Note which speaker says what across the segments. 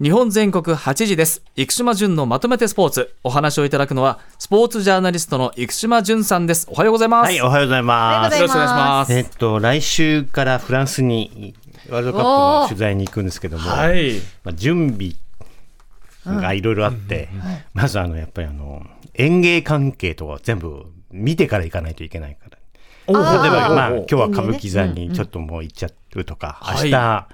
Speaker 1: 日本全国8時です生島淳のまとめてスポーツお話をいただくのはスポーツジャーナリストの生島淳さんですおはようございます、
Speaker 2: はい、おはようございます。
Speaker 1: よろしくお願いします
Speaker 2: えっと、来週からフランスにワールドカップの取材に行くんですけども、
Speaker 1: い
Speaker 2: まあ、準備がいろいろあって、まずあのやっぱりあの園芸関係とか全部見てから行かないといけないから。
Speaker 1: お
Speaker 2: 例えば、まあ、
Speaker 1: お
Speaker 2: 今日は歌舞伎座にちょっともう行っちゃうとか、
Speaker 1: うんうん
Speaker 2: 明日、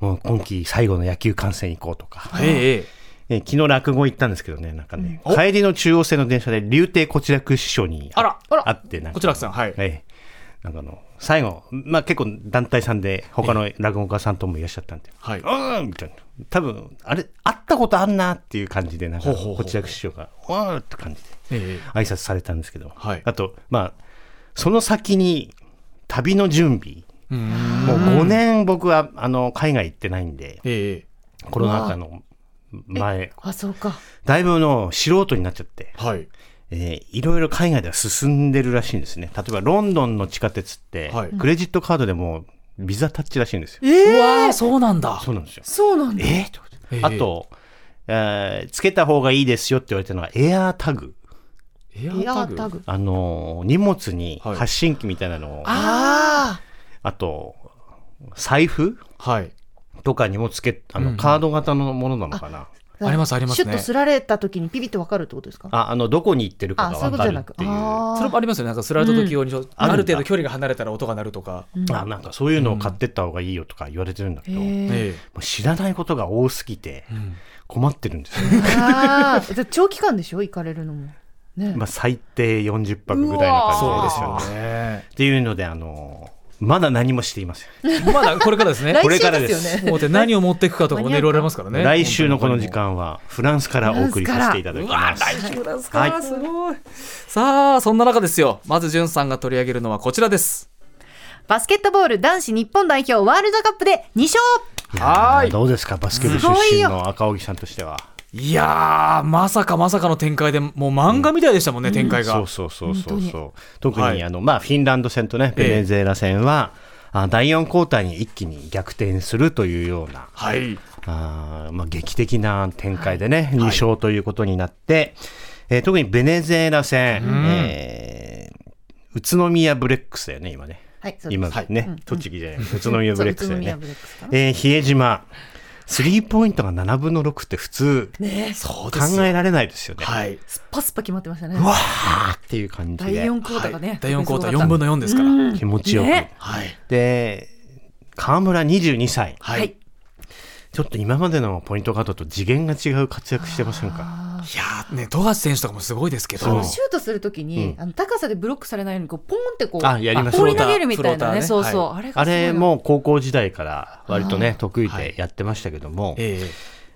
Speaker 2: もう今季最後の野球観戦行こうとか、
Speaker 1: えええ
Speaker 2: え昨日落語行ったんですけどね、なんかね、
Speaker 1: うんお
Speaker 2: 帰りの中央線の電車で、竜亭こちらく師匠に
Speaker 1: あらあら
Speaker 2: 会って、なんか
Speaker 1: こちらくさんはい
Speaker 2: ええなんかあの最後、まあ、結構団体さんで他の落語家さんともいらっしゃったんで、
Speaker 1: はいう
Speaker 2: ーんみたいな多分あれ会ったことあんなっていう感じでなん
Speaker 1: ほ
Speaker 2: か
Speaker 1: うほうほう
Speaker 2: こちらく師匠がうわーって感じで
Speaker 1: ええ
Speaker 2: 挨拶されたんですけど、
Speaker 1: はい
Speaker 2: あとまあその先に旅の準備もう5年僕はあの海外行ってないんで
Speaker 1: ええ
Speaker 2: コロナ禍の前
Speaker 3: あ、そうか。
Speaker 2: だいぶの素人になっちゃって
Speaker 1: はい
Speaker 2: えーいろいろ海外では進んでるらしいんですね。例えばロンドンの地下鉄って、
Speaker 1: はい
Speaker 2: クレジットカードでもうビザタッチらしいんですよ。
Speaker 1: ええうわーそうなんだ
Speaker 2: そうなんですよ。
Speaker 3: そうなんだ。
Speaker 2: えーと
Speaker 1: ええ
Speaker 2: あと、えーつけた方がいいですよって言われたのはエアータグ。
Speaker 1: エア
Speaker 3: エアータグ。
Speaker 2: あのー荷物に
Speaker 1: はい
Speaker 2: 発信機みたいなのを、あ
Speaker 3: あ
Speaker 2: と、財布
Speaker 1: はい
Speaker 2: とかにもつけ、あ
Speaker 1: うんう
Speaker 2: の、
Speaker 1: ん
Speaker 2: カード型のものなのかな。
Speaker 3: あ。
Speaker 1: ありますありますね
Speaker 3: シュッとすられた時にピピッとわかるってことですか
Speaker 2: あ、あの、どこに行ってるか
Speaker 3: あ、
Speaker 2: が
Speaker 3: そうい
Speaker 2: わ
Speaker 3: うこと
Speaker 2: か
Speaker 3: じゃ
Speaker 2: る
Speaker 3: な
Speaker 2: っ
Speaker 3: く。
Speaker 2: ていう。
Speaker 1: それもありますよねなんかスライド時用に、
Speaker 2: あるんだ
Speaker 1: ある程度距離が離れたら音が鳴るとか、
Speaker 2: あ、なんかそういうのを買ってった方がいいよとか言われてるんだけど、も
Speaker 1: え
Speaker 2: う知らないことが多すぎて、
Speaker 1: えうん
Speaker 2: 困ってるんですよ、
Speaker 3: ああ。じゃあ長期間でしょ行かれるのも。ね。
Speaker 2: まあ、最低40泊ぐらいの
Speaker 1: そう
Speaker 2: 感
Speaker 1: で
Speaker 2: じですすよ
Speaker 1: よ
Speaker 2: ね。
Speaker 1: ね
Speaker 2: っていうのであのまだ何もしていません、
Speaker 1: まだこれからですね
Speaker 3: 来
Speaker 2: これか
Speaker 3: 週
Speaker 2: らで
Speaker 3: ですすよね。
Speaker 1: もうで何を持っていくかとかもね
Speaker 3: 間に合うか
Speaker 1: いろいろありますからね
Speaker 2: 来週のこの時間はフランスからお送りさせていただきます
Speaker 1: フランス
Speaker 2: から
Speaker 1: すごいさあそんな中ですよまずじゅんさんが取り上げるのはこちらです
Speaker 3: バスケットボール男子日本代表ワールドカップで2勝
Speaker 2: いやー
Speaker 1: はい
Speaker 2: どうですかバスケ部出身の赤荻さんとしてはい
Speaker 1: やーまさかまさかの展開でもう漫画みたいでしたもんね、展開が
Speaker 2: そうそうそうそう
Speaker 3: 本
Speaker 2: そう特に、
Speaker 1: はい
Speaker 2: あのまあ、フィンランド戦とねベネズエラ戦は、あ第4クォーターに一気に逆転するというような
Speaker 1: はい
Speaker 2: あーまあ、劇的な展開でね、2勝ということになって、えー特にベネズエラ戦、えー宇都宮ブレックスだよね、今ね。
Speaker 3: はい、そうです
Speaker 2: 今ね、
Speaker 3: うん
Speaker 2: 栃木じゃない、宇都宮ブレックスだよ
Speaker 3: そう宇都宮
Speaker 2: ね
Speaker 3: ブレックスか。な
Speaker 2: えー比江島、スリーポイントが7分の6って普通、
Speaker 3: ねえ。
Speaker 1: そうです
Speaker 2: 考えられないですよね。
Speaker 1: はい
Speaker 3: スパスパ決まってましたね。
Speaker 2: あーっていう感じ
Speaker 3: 第
Speaker 2: で、
Speaker 3: 4クォーターが
Speaker 1: はい
Speaker 3: ね。
Speaker 1: 第4クォーター4分
Speaker 3: の。
Speaker 1: の4ですから、
Speaker 2: 気持ちよく。
Speaker 3: ね
Speaker 1: はい
Speaker 2: で、河村22歳、
Speaker 1: は、
Speaker 3: はいい
Speaker 1: い
Speaker 2: ちょっと今までのポイントカードと次元が違う活躍してませんか
Speaker 1: やーね富樫選手とかもすごいですけど
Speaker 3: あの
Speaker 2: そう
Speaker 3: シュートするときに、
Speaker 2: うん
Speaker 3: あの高さでブロックされないようにこうポンってこう
Speaker 2: あやりまし
Speaker 3: 放
Speaker 2: た
Speaker 3: り投げるみた
Speaker 1: フ
Speaker 3: い
Speaker 1: ロータ
Speaker 3: な
Speaker 1: ー
Speaker 3: ね
Speaker 1: ね
Speaker 3: そうそう、
Speaker 1: は
Speaker 3: あれが
Speaker 2: あ
Speaker 3: すごい
Speaker 2: れ
Speaker 3: な
Speaker 2: も高校時代から割と
Speaker 3: は
Speaker 2: ね
Speaker 3: い、
Speaker 2: 得意
Speaker 1: はい
Speaker 2: でやってましたけども、え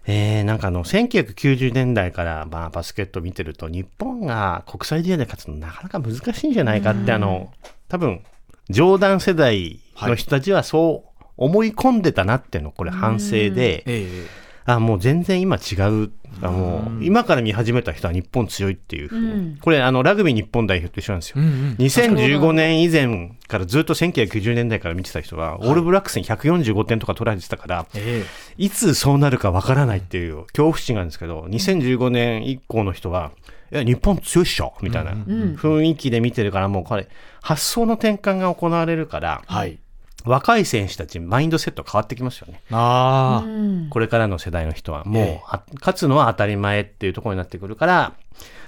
Speaker 1: ええ
Speaker 2: ーなんかあの、1990年代から、まあ、バスケット見てると、日本が国際試合で勝つのなかなか難しいんじゃないかって、あの、多分、冗談世代の人たちはそう思い込んでたなっていうの、これ反省で、
Speaker 1: ええ
Speaker 2: あ、もう全然今違う。あもう、今から見始めた人は日本強いっていうふうに。
Speaker 3: うん
Speaker 2: これ、あの、ラグビー日本代表と一緒なんですよ。
Speaker 1: うんうん
Speaker 2: 2015年以前からずっと1990年代から見てた人は、オールブラックスに145点とか取られてたから、
Speaker 1: え
Speaker 2: いつそうなるかわからないっていう恐怖心があるんですけど、2015年以降の人は、いや、日本強いっしょみたいな雰囲気で見てるから、もうこれ、発想の転換が行われるから、
Speaker 1: えはい
Speaker 2: 若い選手たち、マインドセット変わってきますよね。
Speaker 1: ああ、
Speaker 3: うん
Speaker 2: これからの世代の人は、
Speaker 1: え
Speaker 2: も
Speaker 1: え
Speaker 2: うあ、勝つのは当たり前っていうところになってくるから、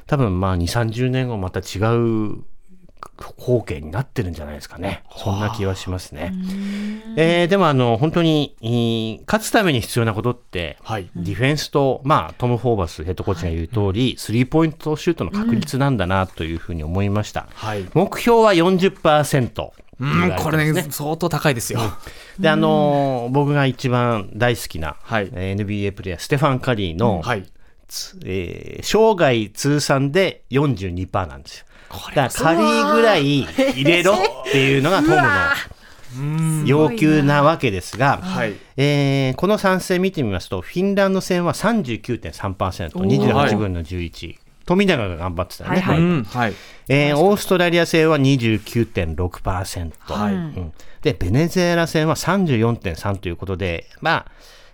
Speaker 2: 多分まあ、2、30年後また違う光景になってるんじゃないですかね。そんな気はしますね。えーでもあの、本当に、いい勝つために必要なことって、
Speaker 1: はい
Speaker 2: ディフェンスと、まあ、トム・ホーバスヘッドコーチが言う通り、スリーポイントシュートの確率なんだなというふうに思いました。
Speaker 1: はい
Speaker 2: 目標は40%。
Speaker 1: うんこれね相当高いですよ、
Speaker 2: で、あのー僕が一番大好きな、
Speaker 1: はい
Speaker 2: えー NBA プレイヤー、ステファン・カリーの、
Speaker 1: はい
Speaker 2: つえー生涯通算で42%なんですよ。だからカリーぐらい入れろっていうのがトムの要求なわけですが、
Speaker 1: はい
Speaker 2: えーこの3戦見てみますと、フィンランド戦は
Speaker 1: ー
Speaker 2: 39.3%、28分の11。富永が頑張ってたよね。
Speaker 3: はいうは
Speaker 1: んはい
Speaker 2: えーオーストラリア戦は29.6%、
Speaker 1: はい
Speaker 2: うんでベネズエラ戦は34.3ということで、まあ、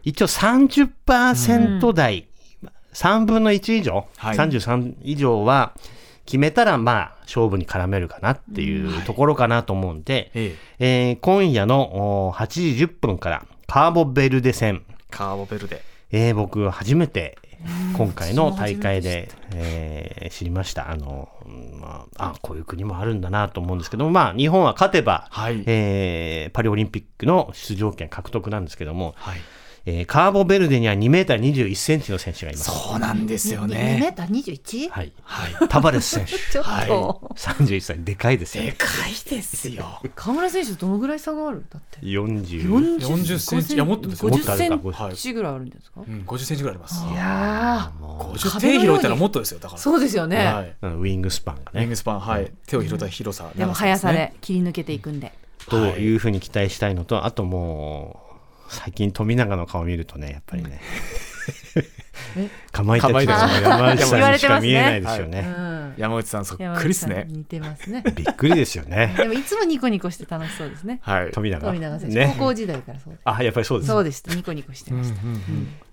Speaker 2: 一応30%台、3分の1以上、
Speaker 1: はい
Speaker 2: 33以上は決めたら、まあ、勝負に絡めるかなっていうところかなと思うんで、
Speaker 1: ええ
Speaker 2: えー今夜のおー8時10分からカーボベルデ戦、
Speaker 1: カーボベルデ
Speaker 2: えー僕初めて今回の大会で、えー知りましたあの、うんまあ、あこういう国もあるんだなと思うんですけども、まあ、日本は勝てば、
Speaker 1: はい
Speaker 2: えーパリオリンピックの出場権獲得なんですけども、
Speaker 1: はい
Speaker 2: えーカーボベルデには2メーター21センチの選手がいます。
Speaker 1: そうなんですよ
Speaker 3: 2メ
Speaker 1: ね
Speaker 3: ーター 21?
Speaker 2: はい、
Speaker 1: はい
Speaker 2: タバレス選手
Speaker 3: ちょっと、
Speaker 1: は
Speaker 2: 31歳でかいですよ
Speaker 1: でかいですよ
Speaker 3: 河村選手とどのぐらい差があるんだって
Speaker 2: 40
Speaker 3: 40
Speaker 1: 40センチいやもっとですよ
Speaker 2: もっ
Speaker 3: 50
Speaker 2: とあ
Speaker 3: セ
Speaker 2: るか
Speaker 3: ン
Speaker 1: はい
Speaker 3: チぐらいあるんですか、
Speaker 1: うん50センチぐらいあります
Speaker 3: い、や
Speaker 2: も
Speaker 1: 50手広いたらもっとですよだか
Speaker 3: ー
Speaker 1: ら
Speaker 3: そうですよね、
Speaker 1: はい、
Speaker 2: ううんウィングスパンが
Speaker 1: レン
Speaker 2: ね
Speaker 1: グスパンはい手を広いた広さ
Speaker 3: でも
Speaker 1: 長さで
Speaker 3: 速
Speaker 1: す
Speaker 3: さ
Speaker 1: ね
Speaker 3: で切り抜けていくんで、
Speaker 2: というふうに期待したいのと、あともう最近富永の顔見るとねやっぱりねかまいたちの山内
Speaker 3: 言
Speaker 2: さんに
Speaker 3: われて
Speaker 2: し
Speaker 3: ま
Speaker 2: か
Speaker 3: すね
Speaker 2: 見えないですよ
Speaker 3: う
Speaker 2: ね。
Speaker 3: ん、
Speaker 1: 山内さんそっ
Speaker 3: 山
Speaker 1: くりっす
Speaker 3: 内
Speaker 1: ね
Speaker 3: さん似てますね
Speaker 2: びっくりですよね。
Speaker 3: でもいつもニコニコして楽しそうですね
Speaker 1: はい
Speaker 2: 富永。
Speaker 3: 富永選手、
Speaker 2: ね
Speaker 3: 高校時代からそうです
Speaker 2: あやっぱりそうです。
Speaker 3: そうですニコニコしてました、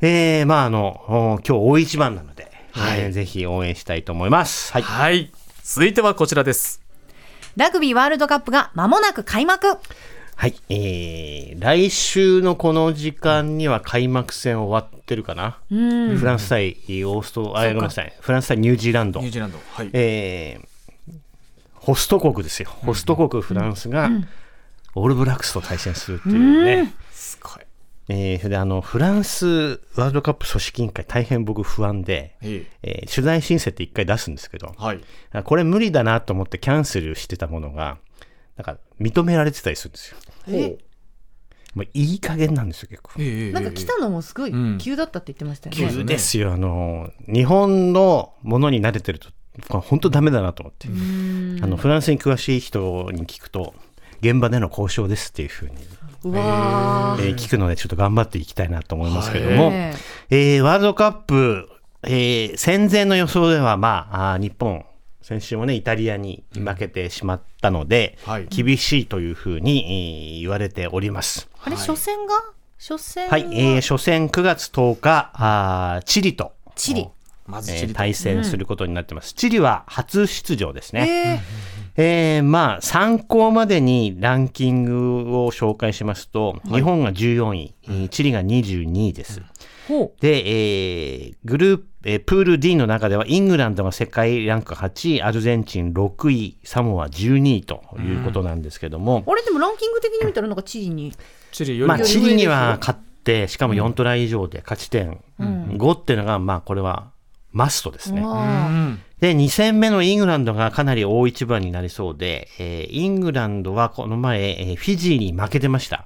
Speaker 2: えー、まああのお今日大一番なので、えーぜひ応援したいと思います。はい。
Speaker 1: はい続いてはこちらです
Speaker 3: ラグビーワールドカップが間もなく開幕
Speaker 2: はい。えー、来週のこの時間には開幕戦終わってるかな。
Speaker 3: うん
Speaker 2: フランス対オーストあごめんなさい。フランス対ニュージーランド
Speaker 1: ニュー。ジーランドはい
Speaker 2: えーホスト国ですよ、ホスト国フランスがオールブラックスと対戦するっていうね、
Speaker 1: すごい
Speaker 2: えーそれであのフランスワールドカップ組織委員会、大変僕、不安で、
Speaker 1: え
Speaker 2: えー取材申請って1回出すんですけど
Speaker 1: え、はい
Speaker 2: あこれ無理だなと思ってキャンセルしてたものが、なんか認められてたりするんですよ。
Speaker 3: え
Speaker 2: もういい加減なんですよ、結構。
Speaker 1: ええ
Speaker 3: なんか来たのもすごい
Speaker 1: うん
Speaker 3: 急だったって言ってましたよね、
Speaker 1: 急ですね
Speaker 2: ですよ、あの、日本のものに慣れてると、これ本当ダメだなと思って。あの、フランスに詳しい人に聞くと、現場での交渉ですっていうふうに、
Speaker 3: うわ
Speaker 2: えー聞くので、ちょっと頑張っていきたいなと思いますけど
Speaker 3: ー
Speaker 2: も、
Speaker 3: ね
Speaker 2: えーワールドカップ、えー戦前の予想では、まあ、あー日本、先週もね、イタリアに負けてしまったので、
Speaker 1: はい
Speaker 2: 厳しいというふうに、えー言われております。
Speaker 3: あれ初戦が初戦
Speaker 2: はい、えー初戦9月10日、あーチリと。
Speaker 3: チリ
Speaker 1: まず
Speaker 2: え
Speaker 1: チ
Speaker 2: ー
Speaker 1: リ
Speaker 2: 対戦することになってます。チリは初出場ですね。
Speaker 3: え
Speaker 2: えーまあ、参考までにランキングを紹介しますと、日本が14位、えーチリが22位です。
Speaker 3: ほ
Speaker 2: で、えーグループ、えープール D の中ではイングランドが世界ランク8位、アルゼンチン6位、サモア12位ということなんですけども、
Speaker 3: うあれでもランキング的に見たらなんかチリに
Speaker 1: チリより
Speaker 2: まあ、
Speaker 1: も
Speaker 2: チリには勝って、しかも4トライ以上で勝ち点5っていうのが、まあ、これはマストですね。
Speaker 1: う
Speaker 3: あ
Speaker 1: ん
Speaker 2: で、2戦目のイングランドがかなり大一番になりそうで、えーイングランドはこの前、えーフィジーに負けてました。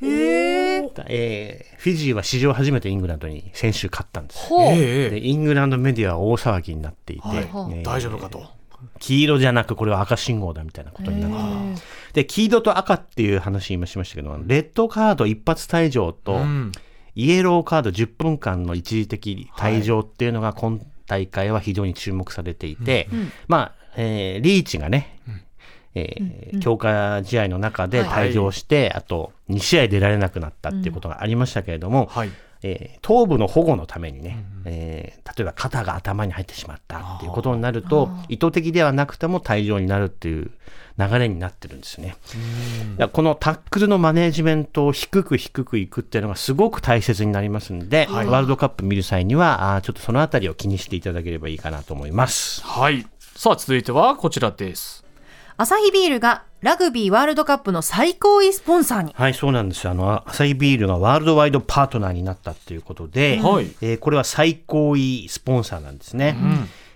Speaker 3: ーへえ
Speaker 2: えーフィジーは史上初めてイングランドに先週勝ったんです。
Speaker 3: ほう、
Speaker 1: ええええ
Speaker 2: で、イングランドメディアは大騒ぎになっていて、
Speaker 1: はい
Speaker 2: えー
Speaker 1: 大丈夫かと
Speaker 2: 黄色じゃなくこれは赤信号だみたいなことになっててで、黄色と赤っていう話今しましたけど、あのレッドカード一発退場と、
Speaker 1: うん
Speaker 2: イエローカード10分間の一時的退場っていうのが今大会は非常に注目されていて、まあ、えーリーチがね、えー強化試合の中で退場して、あと2試合出られなくなったっていうことがありましたけれども、
Speaker 1: はい
Speaker 2: えー頭部の保護のためにね、えー例えば肩が頭に入ってしまったっていうことになると意図的ではなくても退場になるっていう流れになってるんですね。だからこのタックルのマネージメントを低く低くいくっていうのがすごく大切になりますんで、ワールドカップ見る際にはあーちょっとそのあたりを気にしていただければいいかなと思います。
Speaker 1: はいさあ続いてはこちらです
Speaker 3: アサヒビールがラグビーワールドカップの最高位スポンサーに
Speaker 2: はい、そうなんですよ。あの、アサヒビールがワールドワイドパートナーになったっていうことで、
Speaker 1: はい
Speaker 2: えーこれは最高位スポンサーなんですね。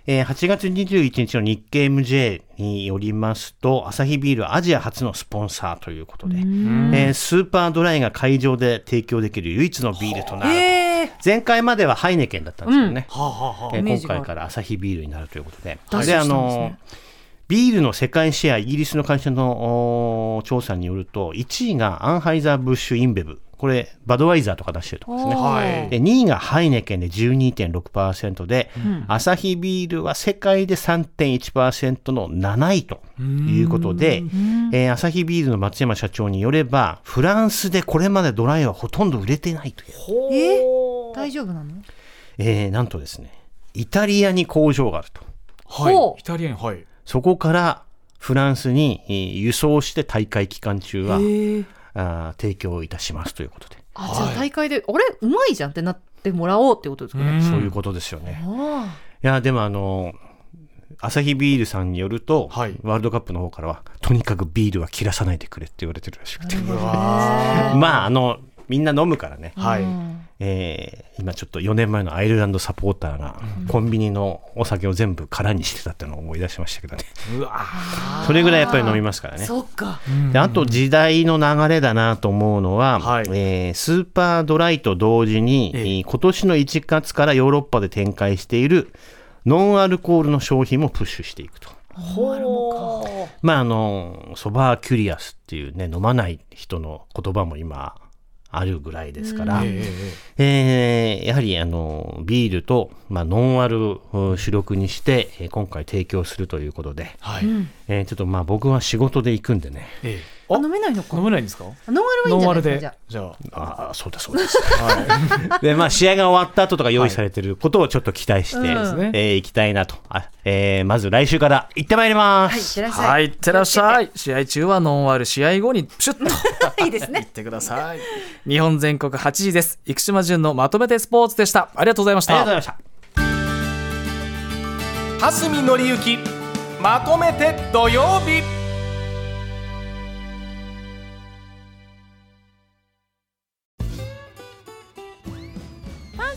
Speaker 2: えー8月21日の日経 MJ によりますと、アサヒビールはアジア初のスポンサーということで、えースーパードライが会場で提供できる唯一のビールとなると。
Speaker 3: ええ
Speaker 2: 前回まではハイネケンだったんですけどね、
Speaker 1: はあはあはあ
Speaker 2: えー
Speaker 3: イメージ
Speaker 2: 今
Speaker 3: がある
Speaker 2: 回からアサヒビールになるということで、
Speaker 3: 脱出したんですね
Speaker 2: ビールの世界シェア、イギリスの会社のおー調査によると、1位がアンハイザー・ブッシュ・インベブ、これ、バドワイザーとか出してるとこですね。
Speaker 1: はい
Speaker 2: で2位がハイネケンで12.6%で、アサヒビールは世界で3.1%の7位ということで、えーアサヒビールの松山社長によれば、フランスでこれまでドライはほとんど売れてないという、
Speaker 1: ほ
Speaker 3: え
Speaker 1: ー
Speaker 3: 大丈夫なの
Speaker 2: えーなんとですね、イタリアに工場があると。
Speaker 1: は
Speaker 3: ほ
Speaker 1: い。
Speaker 3: う
Speaker 1: イタリアン、はい。
Speaker 2: そこからフランスにえー輸送して大会期間中は、
Speaker 1: え
Speaker 2: あー提供いたしますということで、
Speaker 3: あ、じゃあ大会で、あれうまいじゃんってなってもらおうってことですかね。
Speaker 2: そういうことですよね。
Speaker 3: あ
Speaker 2: いや、でもあの、アサヒビールさんによると、
Speaker 1: はい
Speaker 2: ワールドカップの方からは、とにかくビールは切らさないでくれって言われてるらしくて。
Speaker 1: わ
Speaker 2: まあ、あの、みんな飲むからね。
Speaker 3: あ
Speaker 1: はい
Speaker 3: うん
Speaker 2: えー今ちょっと4年前のアイルランドサポーターが、コンビニのお酒を全部空にしてたってのを思い出しましたけどね。
Speaker 1: うわ
Speaker 2: それぐらいやっぱり飲みますからね。
Speaker 3: そっか。
Speaker 2: であと時代の流れだなと思うのは、
Speaker 1: はい
Speaker 2: えースーパードライと同時に、
Speaker 1: ええ
Speaker 2: えー今年の1月からヨーロッパで展開しているノンアルコールの商品もプッシュしていくと。
Speaker 1: ほー
Speaker 2: まああのソバーキュリアスっていうね飲まない人の言葉も今あるぐらいですから、
Speaker 1: えええ
Speaker 2: えーやはりあのビールと、まあ、ノンアルを主力にして、えー今回提供するということで、
Speaker 1: えはい。
Speaker 2: えーちょっとまあ僕は仕事で行くんでね
Speaker 1: ええ
Speaker 3: あ
Speaker 1: あ
Speaker 3: 飲めないのか。
Speaker 1: 飲めないんですか
Speaker 3: ノンアルはいい
Speaker 1: ノ
Speaker 3: んじ
Speaker 1: ンア
Speaker 3: ゃな
Speaker 1: ルで
Speaker 3: いですかじゃあ。。
Speaker 1: じゃあ。
Speaker 2: ああそうですそうです でまあ試合が終わった後とか用意されてることをちょっと期待して、
Speaker 3: うん
Speaker 1: そうですね
Speaker 2: えー行きたいなとあ、えーまず来週から行ってまいりま
Speaker 3: はい、いっ
Speaker 2: す、
Speaker 3: てらっしゃ。
Speaker 1: はいい、いってらっしゃい。試合中はノンアル、試合後にプシュッ と
Speaker 3: いいです
Speaker 1: 言っ
Speaker 3: ね。
Speaker 1: てください。日本全国8時です。生島淳のまとめてスポーツでした。ありがとうございまし
Speaker 2: ありがとうご
Speaker 1: た
Speaker 2: ざい。ました
Speaker 4: 蓮見紀之まとめて土曜日
Speaker 5: パン